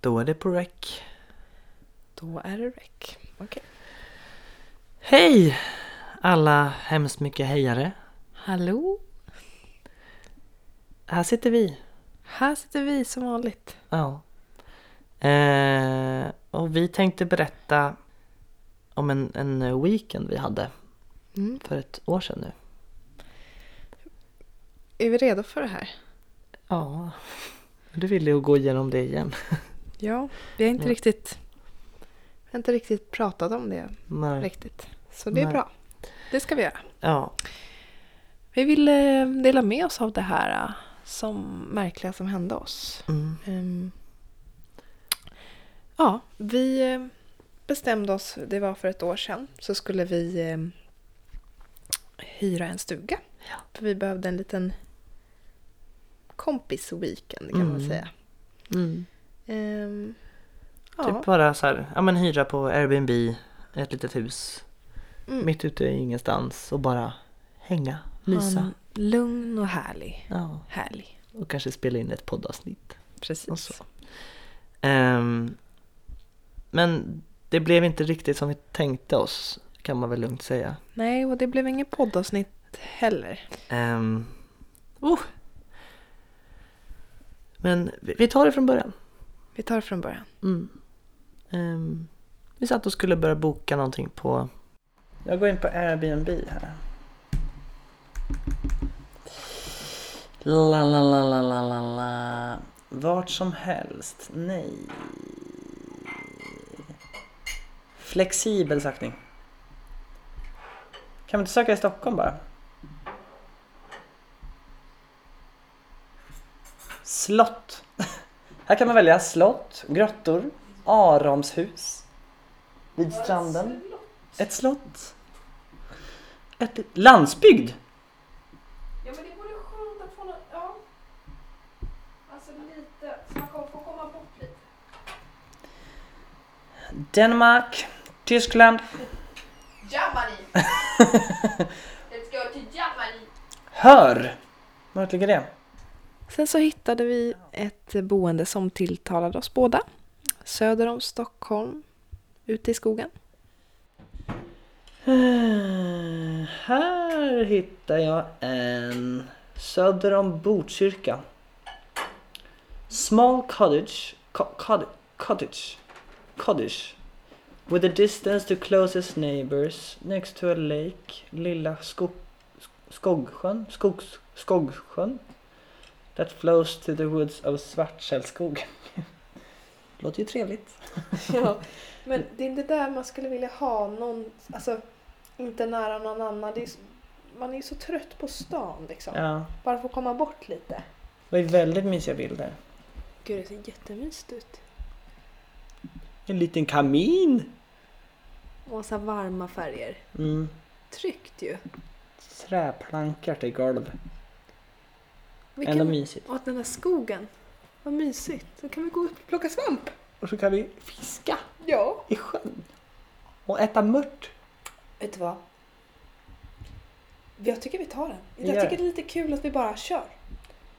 Då är det på rec. Då är det rec. Okej. Hej! Alla hemskt mycket hejare. Hallå? Här sitter vi. Här sitter vi som vanligt. Ja. Eh, och vi tänkte berätta om en, en weekend vi hade Mm. för ett år sedan nu. Är vi redo för det här? Ja. Du ville ju gå igenom det igen. Ja, vi har inte Ja. riktigt vi har inte riktigt pratat om det Nej. riktigt. Så det är Nej. bra. Det ska vi göra. Ja. Vi vill eh, dela med oss av det här eh, som märkliga som hände oss. Mm. Ehm, ja, vi eh, bestämde oss, det var för ett år sedan, så skulle vi eh, hyra en stuga. För vi behövde en liten kompis-weekend kan man Mm. säga. Ehm, ja, Typ bara så här, ja men hyra på Airbnb, ett litet hus. Mm. Mitt ute i ingenstans och bara hänga, ha en mysa. lugn och härlig. Ja. Härlig. Och kanske spela in ett poddavsnitt. Precis. Och så. Alltså. Ehm, men det blev inte riktigt som vi tänkte oss, kan man väl lugnt säga. Nej, och det blev inget poddavsnitt heller. Ehm, oh. Men vi vi tar det från början. Vi tar det från början. Mm. Ehm, vi satt och skulle börja boka någonting på... Jag går in på Airbnb här. La, la, la, la, la, la, la. Vart som helst. Nej. Flexibel sökning. Kan vi inte söka i Stockholm bara? Slott. Här kan man välja slott, grottor, Aramshus vid stranden. Ett slott. Ett landsbygd. Ja men det vore skönt att få något, ja. Alltså lite, så man kommer få komma bort lite. Danmark, Tyskland, Germany! Let's go to Germany! Hör. Vart ligger det? Sen så hittade vi ett boende som tilltalade oss båda. Söder om Stockholm, ute i skogen. Eh, Här hittar jag en söder om Botkyrka. Small cottage, co- cottage, cottage, cottage. With a distance to closest neighbors next to a lake, lilla skog, Skogsjön, skogs, Skogsjön. That flows to the woods of Svartkällskog. Låter ju trevligt. Ja, men det är det där man skulle vilja ha någon, alltså inte nära någon annan. Det är, s- man är ju så trött på stan liksom. Ja, Bara få komma bort lite. det var ju väldigt mysiga bilder. Gud, det ser jättemysigt ut. En liten kamin. Och så här varma färger. Mm. Tryggt ju. Träplankar till golv. Ändå Vilken, mysigt. och den där skogen. Vad mysigt. Då kan vi gå upp och plocka svamp. Och så kan vi fiska Ja. i sjön. Och äta mört. Vet du vad? Jag tycker vi tar den. Vi Jag gör tycker det är lite kul att vi bara kör.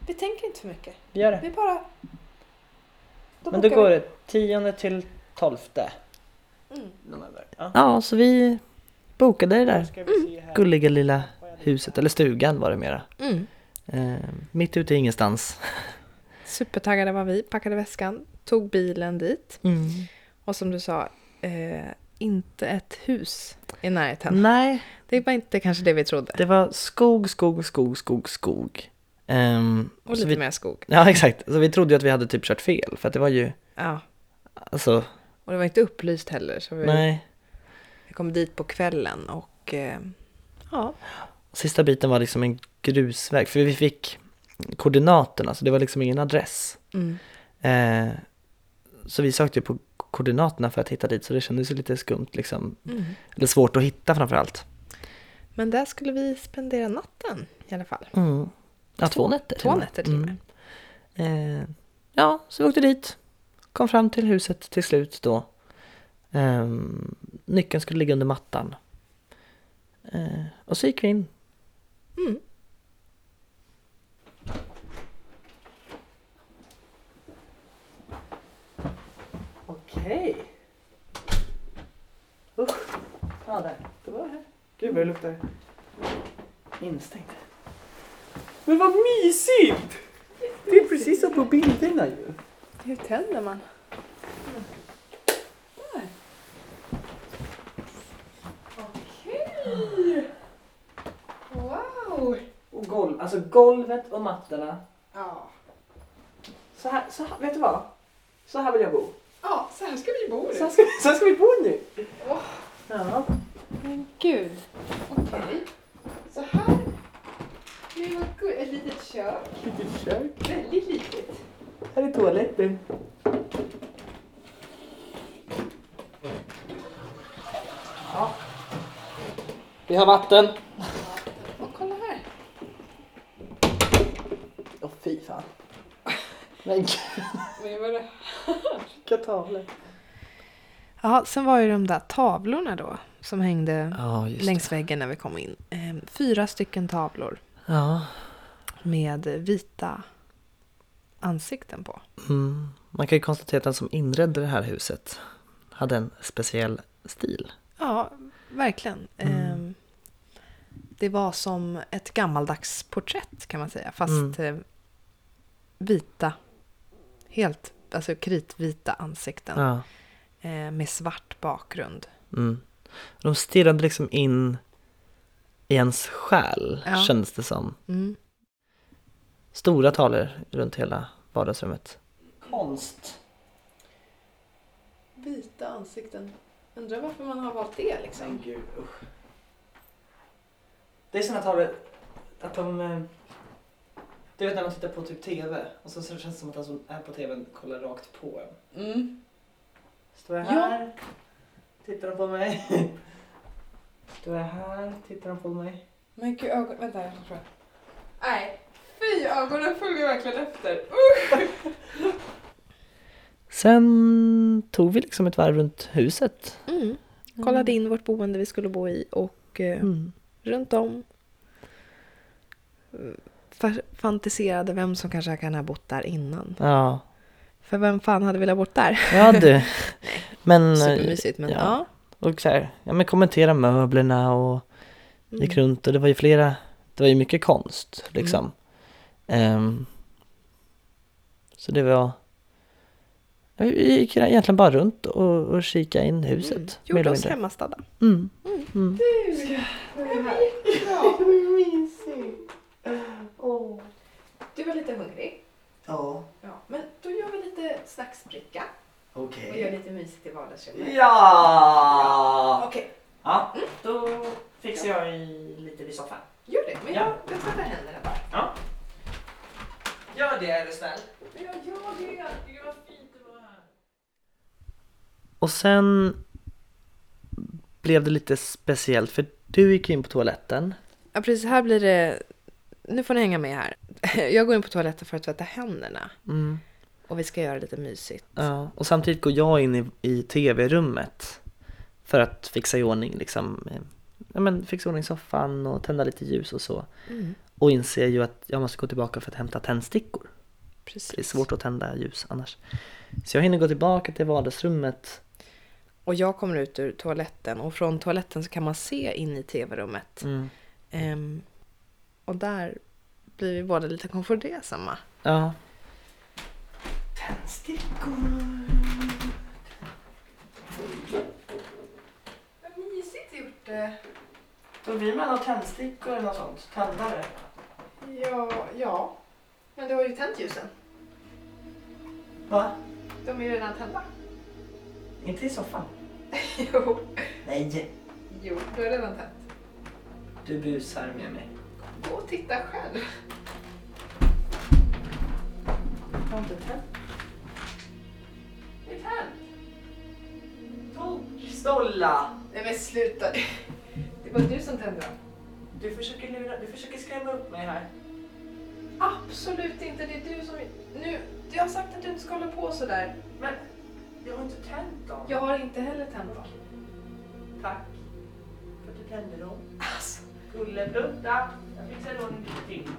Vi tänker inte för mycket. Vi gör Vi det. bara... Då Men då bokar går vi. det tionde till tolfte. Mm. november. Ja. Ja, så vi bokade det där Ska vi se här. gulliga lilla huset, eller stugan var det mera. Mm. Eh, mitt ute i ingenstans. Supertaggade var vi, packade väskan, tog bilen dit. Och som du sa, eh, inte ett hus i närheten. Nej, Det var inte kanske det vi trodde. det var skog, skog, skog, skog, skog. Ehm, Och så lite vi, mer skog. ja, exakt. Så vi trodde ju att vi hade typ kört fel, för att det var ju, Ja. alltså, Och det var inte upplyst heller. Så vi, nej. vi kom dit på kvällen och... Eh, ja. Sista biten var liksom en grusväg, för vi fick koordinaterna, så det var liksom ingen adress. Mm. Eh, så vi sökte ju på koordinaterna för att hitta dit, så det kändes ju lite skumt liksom. Mm. Eller svårt att hitta framförallt. Men där skulle vi spendera natten i alla fall. Mm. Ja, två nätter. till Två och med. nätter till och med. Mm. Eh, ja, så vi åkte dit. Kom fram till huset till slut då. Ehm, nyckeln skulle ligga under mattan. Eh, och så gick vi in. Mm. Hej! Usch! Ja, där. Det var här. Gud vad det luktar instängt. Men vad mysigt! Det är precis som på bilderna ju. Hur tänder man? Okej! Wow! Och golv, alltså golvet och mattorna. Ja. Så här, så här, vet du vad? Så här vill jag bo. ja, så här ska vi bo nu. Så här ska, så här ska vi bo nu. Åh. Ja. Men gud. Okej. Så här. Det var gu- ett litet kök. Vilket kök. Väldigt litet. Här är toaletten. Ja. Vi har vatten. Och kolla här. Åh fy fan. Men gud, Vad var det? vilka tavlor. Ja, sen var ju de där tavlorna då som hängde Ja, just längs väggen när vi kom in. Ehm, Fyra stycken tavlor Ja. med vita ansikten på. Mm. Man kan ju konstatera att den som inredde det här huset hade en speciell stil. Ja, verkligen. Ehm, Det var som ett gammaldags porträtt kan man säga, fast eh, vita, helt alltså kritvita ansikten Ja. eh, med svart bakgrund. Mm. De stirrade liksom in i ens själ, Ja. kändes det som. Mm. Stora tavlor runt hela vardagsrummet. Konst. Vita ansikten. Undrar varför man har valt det liksom. gud, usch. Det är sådana tavlor att de... eh, Du vet när man tittar på typ TV och så så känns det som att den som är på TVn kollar rakt på en. Mm. Står jag Ja. här? Tittar de på mig? Står jag här? Tittar de på mig? Men gud, ögon... Vänta, jag tror Nej, fy ögonen följer verkligen efter. Usch! Sen tog vi liksom ett varv runt huset. Mm. Kollade in vårt boende vi skulle bo i och eh, Mm. runt om. eh, fa- Fantiserade vem som kanske kan ha bott där innan. Ja, För vem fan hade velat bott där? ja du. Men, Supermysigt men ja. ja. och så här, ja, men kommentera möblerna och Mm. gick runt och det var ju flera, det var ju mycket konst liksom. Ehm, så det var, ja, vi gick egentligen bara runt och, och kika in huset. Mm. mer Gjorde eller oss mindre. hemmastadda. Mm. Bra. Mysigt! Åh. Du var lite hungrig. Ja, Ja, men då gör vi lite snacksbricka och gör okej. lite mysigt i vardagsrummet. Ja! Okej, Ja, då fixar jag i- lite vid soffan. gör det. Men jag, Ja. jag tvättar händerna bara. Gör det är du snäll. Men jag gör det. Gud vad fint det var här. Och sen blev det lite speciellt för du gick in på toaletten. Ja precis, här blir det... Nu får ni hänga med här. Jag går in på toaletten för att tvätta händerna. Mm. Och vi ska göra lite mysigt. Ja, och samtidigt går jag in i, i tv-rummet för att fixa i ordning liksom, eh, ja, men fixa i ordning soffan och tända lite ljus och så. Mm, Och inser ju att jag måste gå tillbaka för att hämta tändstickor. precis. Det är svårt att tända ljus annars. Så jag hinner gå tillbaka till vardagsrummet. Och jag kommer ut ur toaletten och från toaletten så kan man se in i tv-rummet. Mm. Ehm, och där blir vi båda lite konfundersamma. Ja. Tändstickor! Vad mysigt gjort det. Då vill man ha tändstickor eller något sånt. Tändare. Ja, ja. Men du har ju tänt ljusen. Va? De är ju redan tända. Inte i soffan? Jo, Nej, jo, du har redan tänt. du busar med mig. Gå och titta själv. Har inte tänt? Det är tänt. Stolla! Nej men sluta. Det var du som tände dem. Du försöker lura, du försöker skrämma upp mig här. Absolut inte. Det är du som... Nu, jag har sagt att du inte ska hålla på sådär. Men jag har inte tänt dem. Jag har inte heller tänt dem. Tack för att du tände dem. Alltså. Gullebrutta! Jag fixar i ordning lite till.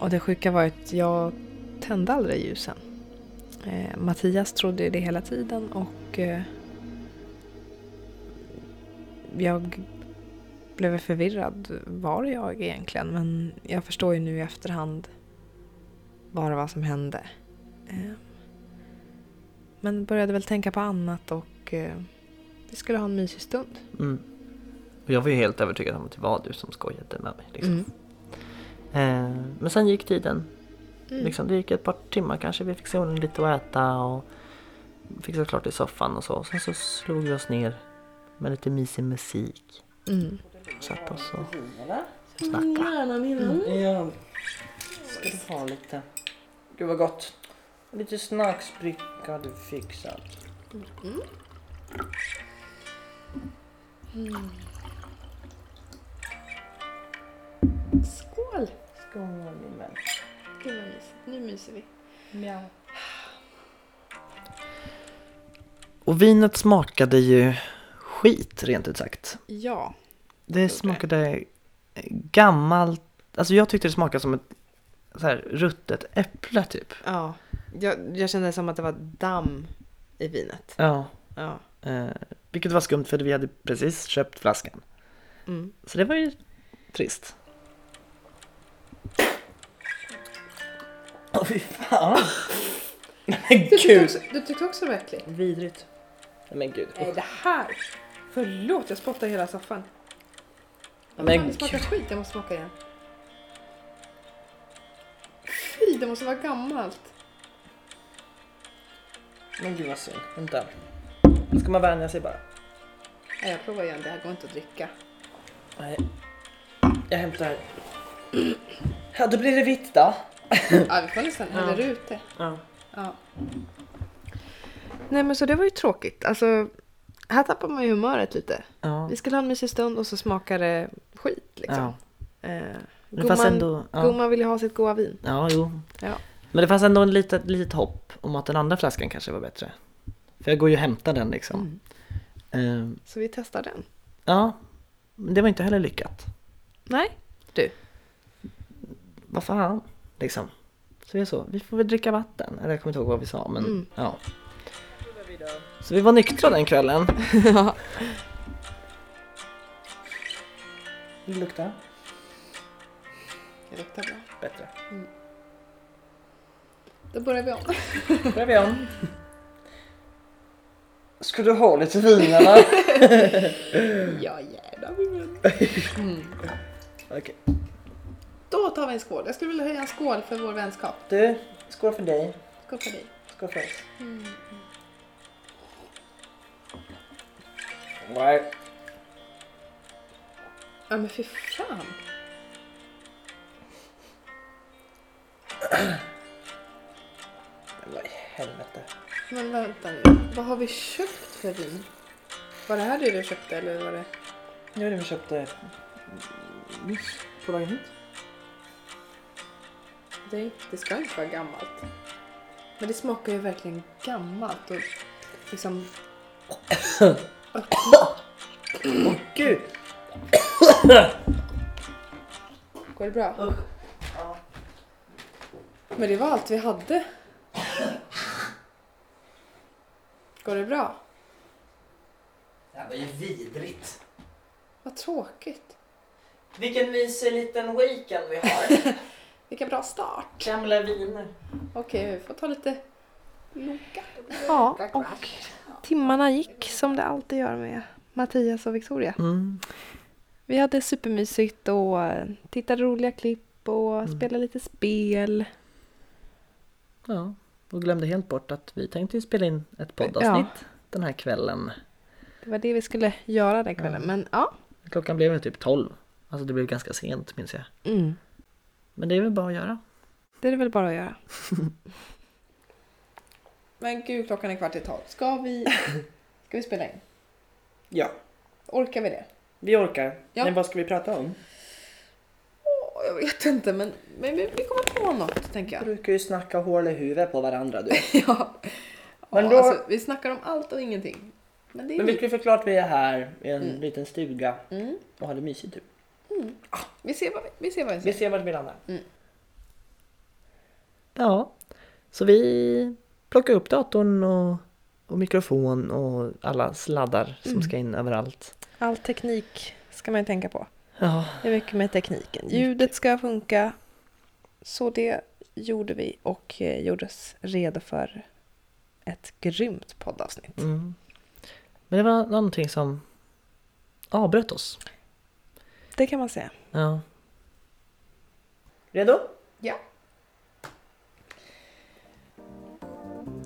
Och det sjuka var att jag tände aldrig ljusen. Eh, Mattias trodde ju det hela tiden och eh, jag blev förvirrad. Var jag egentligen? Men jag förstår ju nu i efterhand bara vad som hände. Eh, men började väl tänka på annat och eh, vi skulle ha en mysig stund. Mm. Och jag var ju helt övertygad om att det var du som skojade med mig. Liksom. Mm. Eh, men sen gick tiden. Mm. Liksom, det gick ett par timmar kanske. Vi fick solen lite att äta och fixade klart i soffan och så. Sen så slog vi oss ner med lite mysig musik. Mm. Och satt oss och snackade. Mm. Ja. Ska du ha lite? Gud vad gott. Lite snacksbricka har du fixat. Skål! Skål min vän. Gud vad mysigt. Nu myser vi. Och vinet smakade ju skit rent ut sagt. Ja. Det smakade gammalt. Alltså jag tyckte det smakade som ett så här, ruttet äpple typ. ja. Jag, jag kände som att det var damm i vinet. Ja. Ja. Eh, vilket var skumt för vi hade precis köpt flaskan. Mm. Så det var ju trist. Åh fy fan. Men Du, tyckte gud. också, du tyckte också det var äckligt? Vidrigt. Nej, Men gud. Nej det här! Förlåt jag spottar i hela soffan. Men Fan, det smakar gud. skit, jag måste smaka igen. Fy, det måste vara gammalt. Men gud vad synd. Vänta. Nu ska man vänja sig bara. Nej, jag provar igen, det här går inte att dricka. Nej. Jag hämtar. Ja, då blir det vitt då. Ja, vi får nästan hälla ut det. Ja. Ja. Nej men så det var ju tråkigt. Alltså, här tappar man ju humöret lite. Ja. Vi skulle ha en mysig stund och så smakar det skit liksom. Ja. Eh, Men det fanns gumman- ändå... Ja, Gumman vill ju ha sitt goa vin. ja jo. Ja. Men det fanns ändå en litet, litet hopp om att den andra flaskan kanske var bättre. För jag går ju och hämtar den liksom. Mm. Eh, Så vi testar den. ja. Men det var inte heller lyckat. Nej. vad fan, liksom. Så vi är så, vi får väl dricka vatten. Eller jag kommer inte ihåg vad vi sa, men Mm. ja. Så vi var nyktra den kvällen. Vill du lukta? Det luktar bra. Bättre. Då börjar vi om. Då börjar vi om. Ska du ha lite vin eller? Ja, jävlar min vän. Okej. Då tar vi en skål. Jag skulle vilja höja en skål för vår vänskap. Du, skål för dig. Skål för dig. Skål för oss. Nej. Ja men fy fan. Men Vad i helvete. Men vänta nu. Vad har vi köpt för vin? Var det här det du köpte eller var det? Nu är det vi köpte nyss eh, på vägen hit. Det, det ska inte vara gammalt. Men det smakar ju verkligen gammalt och liksom... Gud! Går det bra? Men det var allt vi hade. Går det bra? Det här var ju vidrigt. Vad tråkigt. Vilken mysig liten weekend vi har. Vilken bra start. Gamla viner. Okej, vi får ta lite Ja, och timmarna gick som det alltid gör med Mattias och Victoria. Mm. Vi hade supermysigt och eh, tittade roliga klipp och spelade lite spel. Ja, och glömde helt bort att vi tänkte ju spela in ett poddavsnitt den här kvällen. Det var det vi skulle göra den kvällen, men ja. Klockan blev ju typ 12. Alltså det blev ganska sent minns jag. Men det är väl bara att göra. Mm. Det är det väl bara att göra. men gud, klockan är kvart i tolv. Ska vi, ska vi spela in? Ja, Orkar vi det? vi orkar. Ja. Men vad ska vi prata om? Åh, jag vet inte, men, men vi, vi kommer på något, tänker Vi jag. brukar ju snacka hål i huvudet på varandra du. ja. Men ja, då- alltså, vi snackar om allt och ingenting. Men det är Men vi ska ju förklara att vi är här i en liten stuga Mm. och har det mysigt typ. Vi ser vad vi, vi ser vad vi Vi ser. ser vart vi landar. Ja, så vi plocka upp datorn och, och mikrofon och alla sladdar som Mm. ska in överallt. All teknik ska man ju tänka på. Ja, Det är mycket med tekniken. Ljudet ska funka. Så det gjorde vi och eh, gjordes redo för ett grymt poddavsnitt. mm. Men det var någonting som avbröt oss. Det kan man säga. Ja. Redo?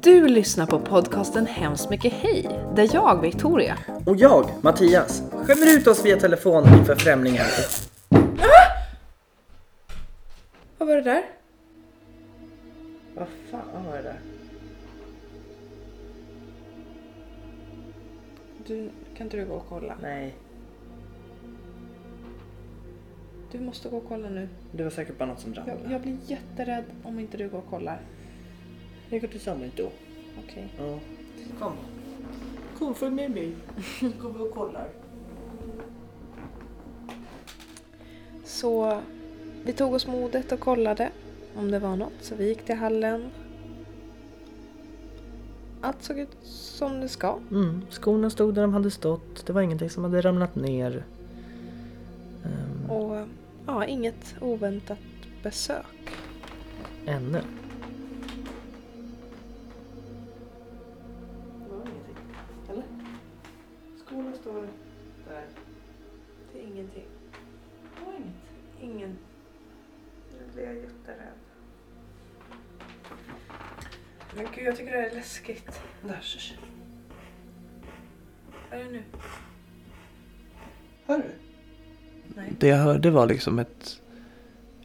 Du lyssnar på podcasten Hemskt mycket hej, där jag, Victoria, Och jag, Mattias, skämmer ut oss via telefon inför främlingar. Vad var det där? Vad fan var det där? Du, kan inte du gå och kolla? Nej, Du måste gå och kolla nu. det var säkert bara något som Jag, ramlade. jag blir jätterädd om inte du går och kollar. Jag går till samhället då. Okej. Ja. Kom. Kom följ med mig. Så går vi och kollar. Så vi tog oss modet och kollade om det var något. Så vi gick till hallen. Allt såg ut som det ska. Mm, skorna stod där de hade stått. Det var ingenting som hade ramlat ner. Ehm, Och ja, inget oväntat besök. ännu. Skorna står där. Det är ingenting. Det var inget. Ingen. Nu blir jag jätterädd. Men gud, jag tycker det här är läskigt. Där, så Vad är det nu? Hör du? Nej. Det jag hörde var liksom ett,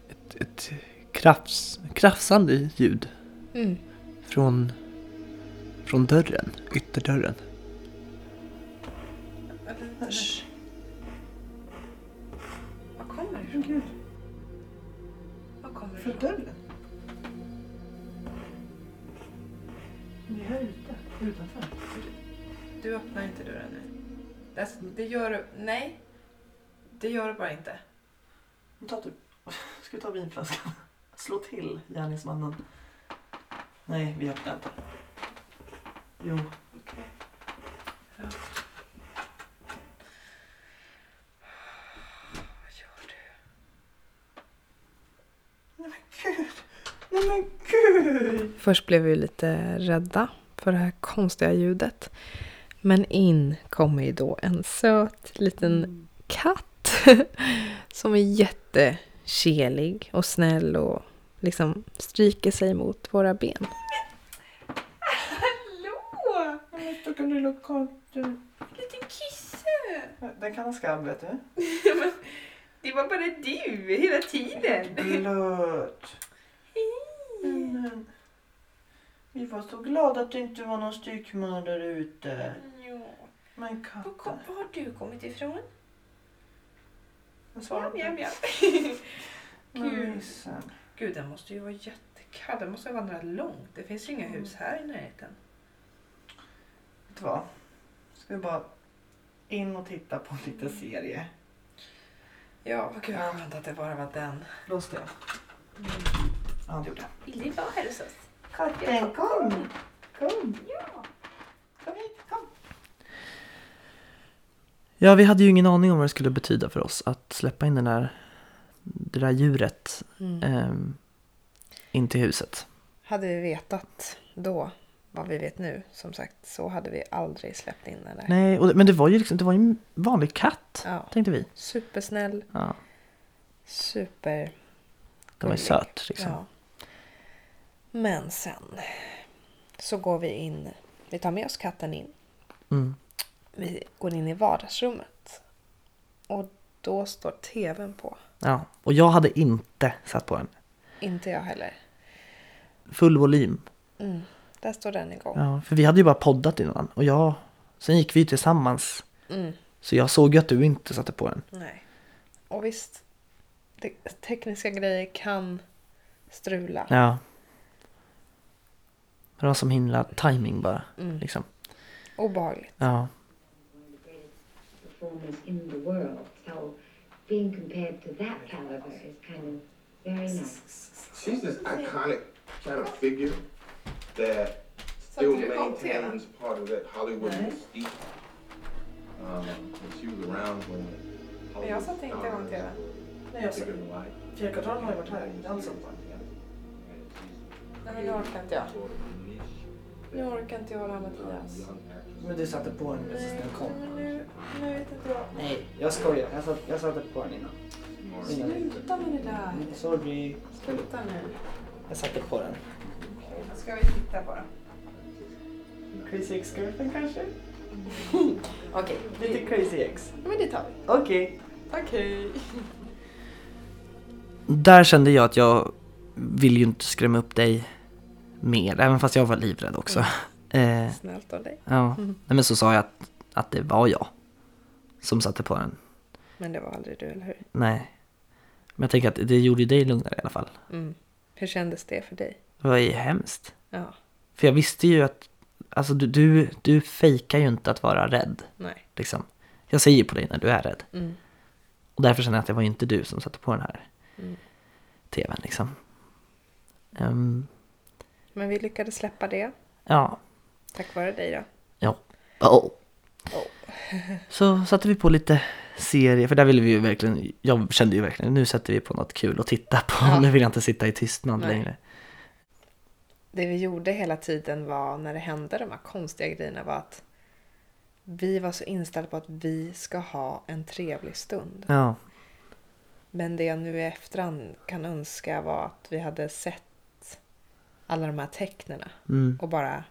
ett, ett krafs, krafsande ljud Mm. från, från dörren, ytterdörren. Äsch. Vad kommer det ifrån? Vad kommer det ifrån? dörren? Ni är här ute, utanför. Du öppnar inte dörren nu. Det, alltså, det gör du... Nej. Det gör du bara inte. Ta typ. Ska vi ta vinflaskan? Slå till gärningsmannen. Nej, vi öppnar inte. Jo. Okej. Vad gör du? Nej men gud! Först blev vi lite rädda för det här konstiga ljudet. Men in kommer ju då en söt Mm. liten katt som är jättekelig och snäll och liksom stryker sig mot våra ben. Hallå! Men då kan du lukta konstig. Liten kisse! Den kan ha skabb vet du. Det var bara du hela tiden. Blöt. Mm. Men, vi var så glada att det inte var någon styckmördare ute. Ja. Men Var, katten. kom, var har du kommit ifrån? Vad sa Mjau, de? mjau, mjau. Men Gud. nissen. Gud, den måste ju vara jättekall. Den måste ha vandrat långt. Det finns ju inga hus här i närheten. Vet du vad? Ska vi bara in och titta på lite Mm. serie. Ja, vad gud vad skönt att det bara var den. Blåste jag? Mm. Ja, det gjorde jag. Vill du vara här hos oss? Katten, kom! Kom! Ja! Kom hit, kom! Ja, vi hade ju ingen aning om vad det skulle betyda för oss att släppa in den där, det där djuret ehm, in till huset. Hade vi vetat då vad vi vet nu, som sagt, så hade vi aldrig släppt in den där. Nej, och, men det var ju liksom, det var ju en vanlig katt, Ja. tänkte vi. Supersnäll, Ja, super... den var ju Gullig. söt liksom. Ja. Men sen så går vi in, vi tar med oss katten in. Mm. Vi går in i vardagsrummet. Och då står tvn på. Ja. Och jag hade inte satt på den. Inte jag heller. Full volym. Mm. Där står den igång. Ja, för vi hade ju bara poddat innan och jag, sen gick vi ju tillsammans. Mm. Så jag såg ju att du inte satte på den. Nej. Och visst, det, tekniska grejer kan strula. Ja. Det var som himla timing bara. Mm. Liksom. Obehagligt. Ja. performers in the world. So being compared to that caliber is kind of very nice. She's this iconic kind of figure that Satte still du upp tvn? maintains part of that Hollywood Nej. mystique. Um, and she was around when Men jag satte inte igång tvn. Nej, jag ser. Fjärrkontrollen har ju varit här. Den såg på. Nej men nu orkar inte jag. Nu orkar inte jag hålla um, Mattias. Men du satte på den precis när den kom. men nu, nu vet inte jag. Nej, jag skojar. Jag satte, jag satte på den innan. Innan. Sluta med det där. Sorry. Sluta nu. Jag satte på den. Ska vi titta på det? Crazy Ex-girlfriend kanske? Okej. Lite Crazy Ex. Ja, Men det tar vi. Okej. Tack hej. Där kände jag att jag vill ju inte skrämma upp dig mer, även fast jag var livrädd också. Eh, Snällt av dig. ja. Nej, men så sa jag att, att det var jag som satte på den. Men det var aldrig du, eller hur? Nej. Men jag tänker att det gjorde ju dig lugnare i alla fall. Mm. Hur kändes det för dig? Det var ju hemskt. Ja, För jag visste ju att, alltså du, du, du fejkar ju inte att vara rädd. nej. Liksom. Jag säger på dig när du är rädd. Mm. Och därför känner jag att det var ju inte du som satte på den här Mm. tvn liksom. Ehm, Men vi lyckades släppa det, ja. tack vare dig då. Oh. Så satte vi på lite serie, för där ville vi ju verkligen, jag kände ju verkligen, nu sätter vi på något kul att titta på, Ja. nu vill jag inte sitta i tystnad Nej. längre. Det vi gjorde hela tiden var, när det hände de här konstiga grejerna, var att vi var så inställda på att vi ska ha en trevlig stund. Ja, Men det jag nu i efterhand kan önska var att vi hade sett alla de här tecknena mm. och bara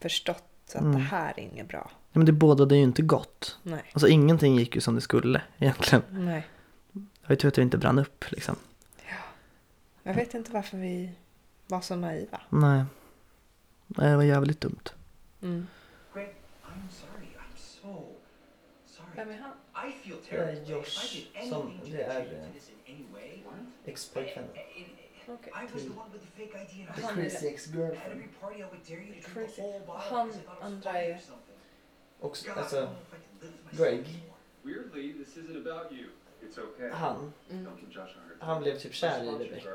förstått att Mm. det här är inget bra. Ja, men det bådade ju inte gott. Nej, Alltså ingenting gick ju som det skulle egentligen. nej. Jag vet tur att det inte brann upp liksom. Jag vet inte varför vi var så naiva. Nej. Nej, det var jävligt dumt. Mm. I'm sorry, I'm so sorry. Vem är han? I feel terrible. terrible. Josh, If I did som- anything to det är, contribute to eh, this in any way, Ex-boyfriend. Okej. I was the one with the fake ID and The Han är Crazy At Ex-girlfriend. every party, I would dare you to drink Crazy. a whole bottle Han because I thought it was andra funny är- or something. Och God, I alltså, don't know if I can live with myself Greg. anymore. Weirdly, this isn't about you. It's okay. Um, Han, Don't give Josh a hard time. han blev typ kär i Rebecca.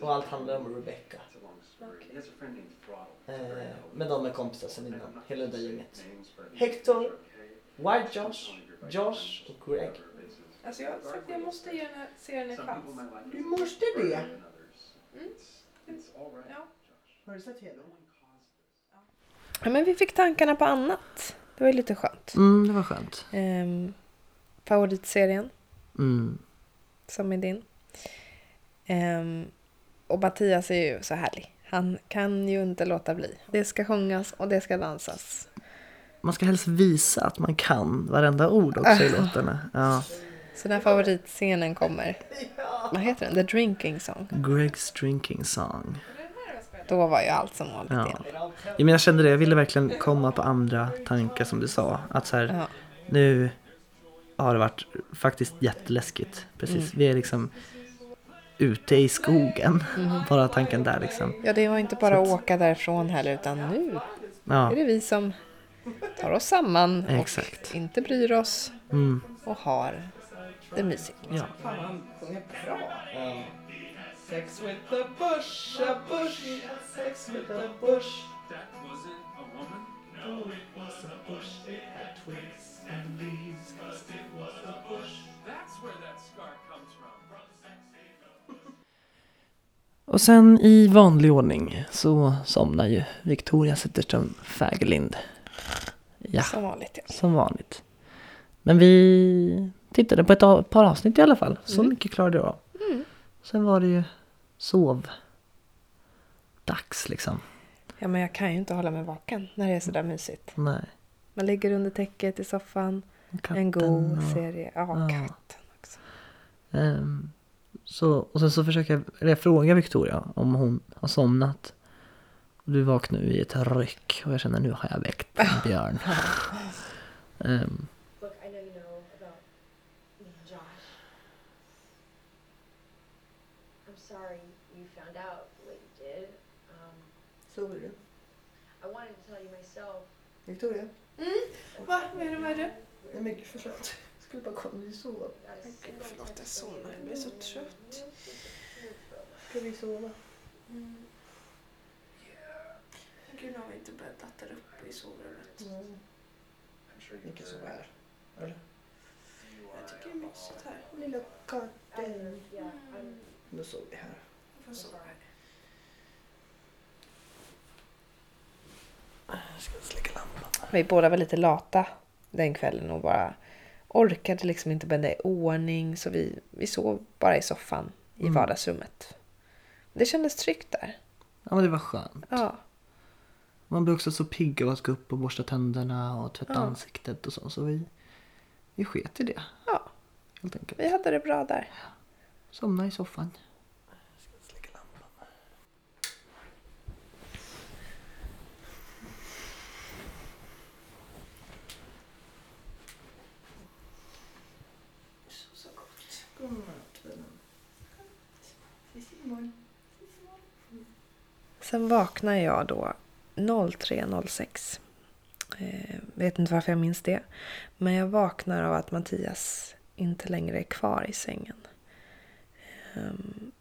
Och allt handlar om Rebecca. It's a long story. He has a friend named Throttle. Eh, men de är kompisar sen And I'm innan. not Hela gonna det say gänget. names, but Hector, it's okay. White I'm Josh, only your Josh och Greg. best friend, whatever it is. Alltså jag har sagt jag måste ge den här serien en Some chans. people might like Du it måste better det. than others. It's- Mm. it's all right, Ja. Josh. Har du sett hela? No one caused this. Ja, men vi fick tankarna på annat. Det var ju lite skönt. Mm, det var skönt. Ehm, favoritserien Mm. som är din. Ehm, och Mattias är ju så härlig. Han kan ju inte låta bli. Det ska sjungas och det ska dansas. Man ska helst visa att man kan varenda ord också i Ah. låtarna. Ja. Så när favoritscenen kommer, vad heter den? The Drinking Song. Greg's drinking song. Då var ju allt som vanligt Ja. igen. Ja, men jag kände det, jag ville verkligen komma på andra tankar som du sa. Att så här, Ja. nu har det varit faktiskt jätteläskigt. Precis, vi är liksom ute i skogen. Bara tanken där liksom. ja, det var inte bara att åka därifrån heller, utan nu är Ja, det vi som tar oss samman och Exakt. inte bryr oss mm. och har det mysigt. ja. Fan, han sjunger bra. Ehm, Sex with the bush, a bush, sex with the bush. Och sen i vanlig ordning så somnar ju Victoria Zetterström Fägerlind. Ja. Som vanligt. Ja. Som vanligt. Men vi tittade på ett av- par avsnitt i alla fall. Så Mm. mycket klarade jag av. Sen var det ju sov. Dags liksom. ja, men jag kan ju inte hålla mig vaken när det är sådär mysigt. Nej. Man ligger under täcket i soffan, en god serie. Ja, ja. katten också. ehm, så, och sen så försöker jag, eller jag frågar Victoria om hon har somnat. Och Du vaknar ju i ett ryck och jag känner nu har jag väckt en björn. Ehm, Look, I know you know about Josh. I'm sorry you found out what you did. Um, Sover du? I wanted to tell you myself. Victoria? Va? Vad är det med det? Nej men gud, förlåt. Jag skulle bara kolla om du sov. Gud, förlåt jag somnade. Jag blir så trött. Ska vi sova? Gud, nu har vi inte bäddat där uppe i sovrummet. Mm. I'm sure you Vilken som heard är. Jag you are tycker det är mysigt här. Lilla katten. Mm. Nu såg vi här. Jag får sova här. Vi båda var lite lata den kvällen och bara orkade liksom inte bända i ordning så vi, vi sov bara i soffan i Mm. vardagsrummet. Det kändes tryggt där. Ja men det var skönt. Ja, Man blir också så pigg av att gå upp och borsta tänderna och tvätta Ja. ansiktet och så. Så vi, vi sket i det. Ja. Helt enkelt. vi hade det bra där. Somna i soffan. Sen vaknar jag då 03.06. Eh, vet inte varför jag minns det. Men jag vaknar av att Mattias inte längre är kvar i sängen. Ehm,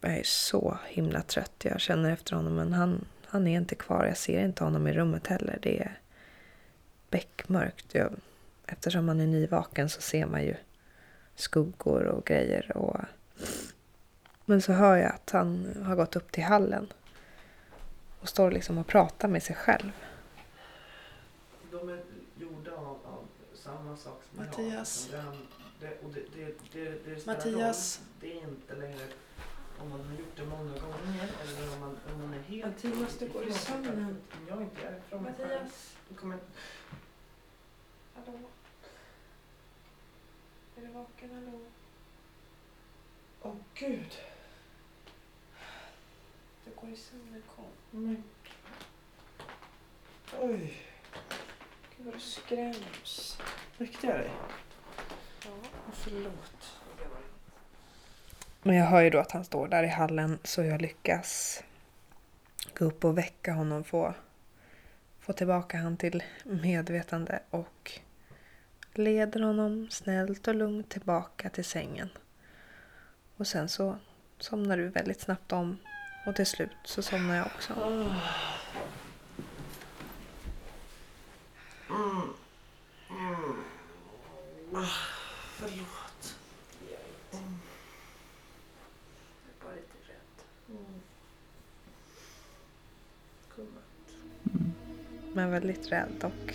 jag är så himla trött. Jag känner efter honom men han, han är inte kvar. Jag ser inte honom i rummet heller. Det är beckmörkt. Jag, eftersom han är nyvaken så ser man ju skuggor och grejer. och... Men så hör jag att han har gått upp till hallen och står liksom och pratar med sig själv. De är gjorda av, av samma sak som Mattias. jag. Mattias. Det, och det, det, det, det spelar Mattias. roll. Det är inte längre om man har gjort det många gånger eller om man, om man är helt... Mattias, du går i sömnen. Om jag inte är från mig själv, Mattias, då kommer jag hallå? Är du vaken? Hallå? Åh gud. Du går i sömnen. Kom. Men... Oj, Gud, vad du skräms. väckte jag dig? Ja. Förlåt. Men jag hör ju då att han står där i hallen så jag lyckas gå upp och väcka honom, få, få tillbaka han till medvetande och leder honom snällt och lugnt tillbaka till sängen. Och sen så somnar du väldigt snabbt om och till slut så somnar jag också. Förlåt. Jag är bara lite rädd. Gumman. men väldigt rädd och...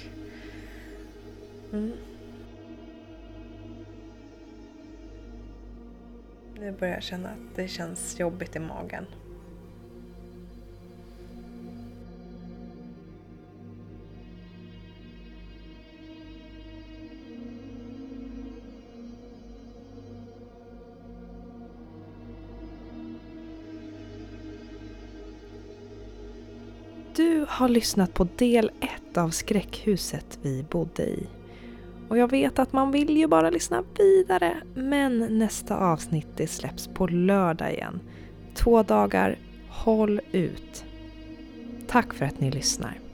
Mm. Nu börjar jag känna att det känns jobbigt i magen. Du har lyssnat på del 1 av skräckhuset vi bodde i. Och jag vet att man vill ju bara lyssna vidare, men nästa avsnitt det släpps på lördag igen. Två dagar, håll ut. Tack för att ni lyssnar.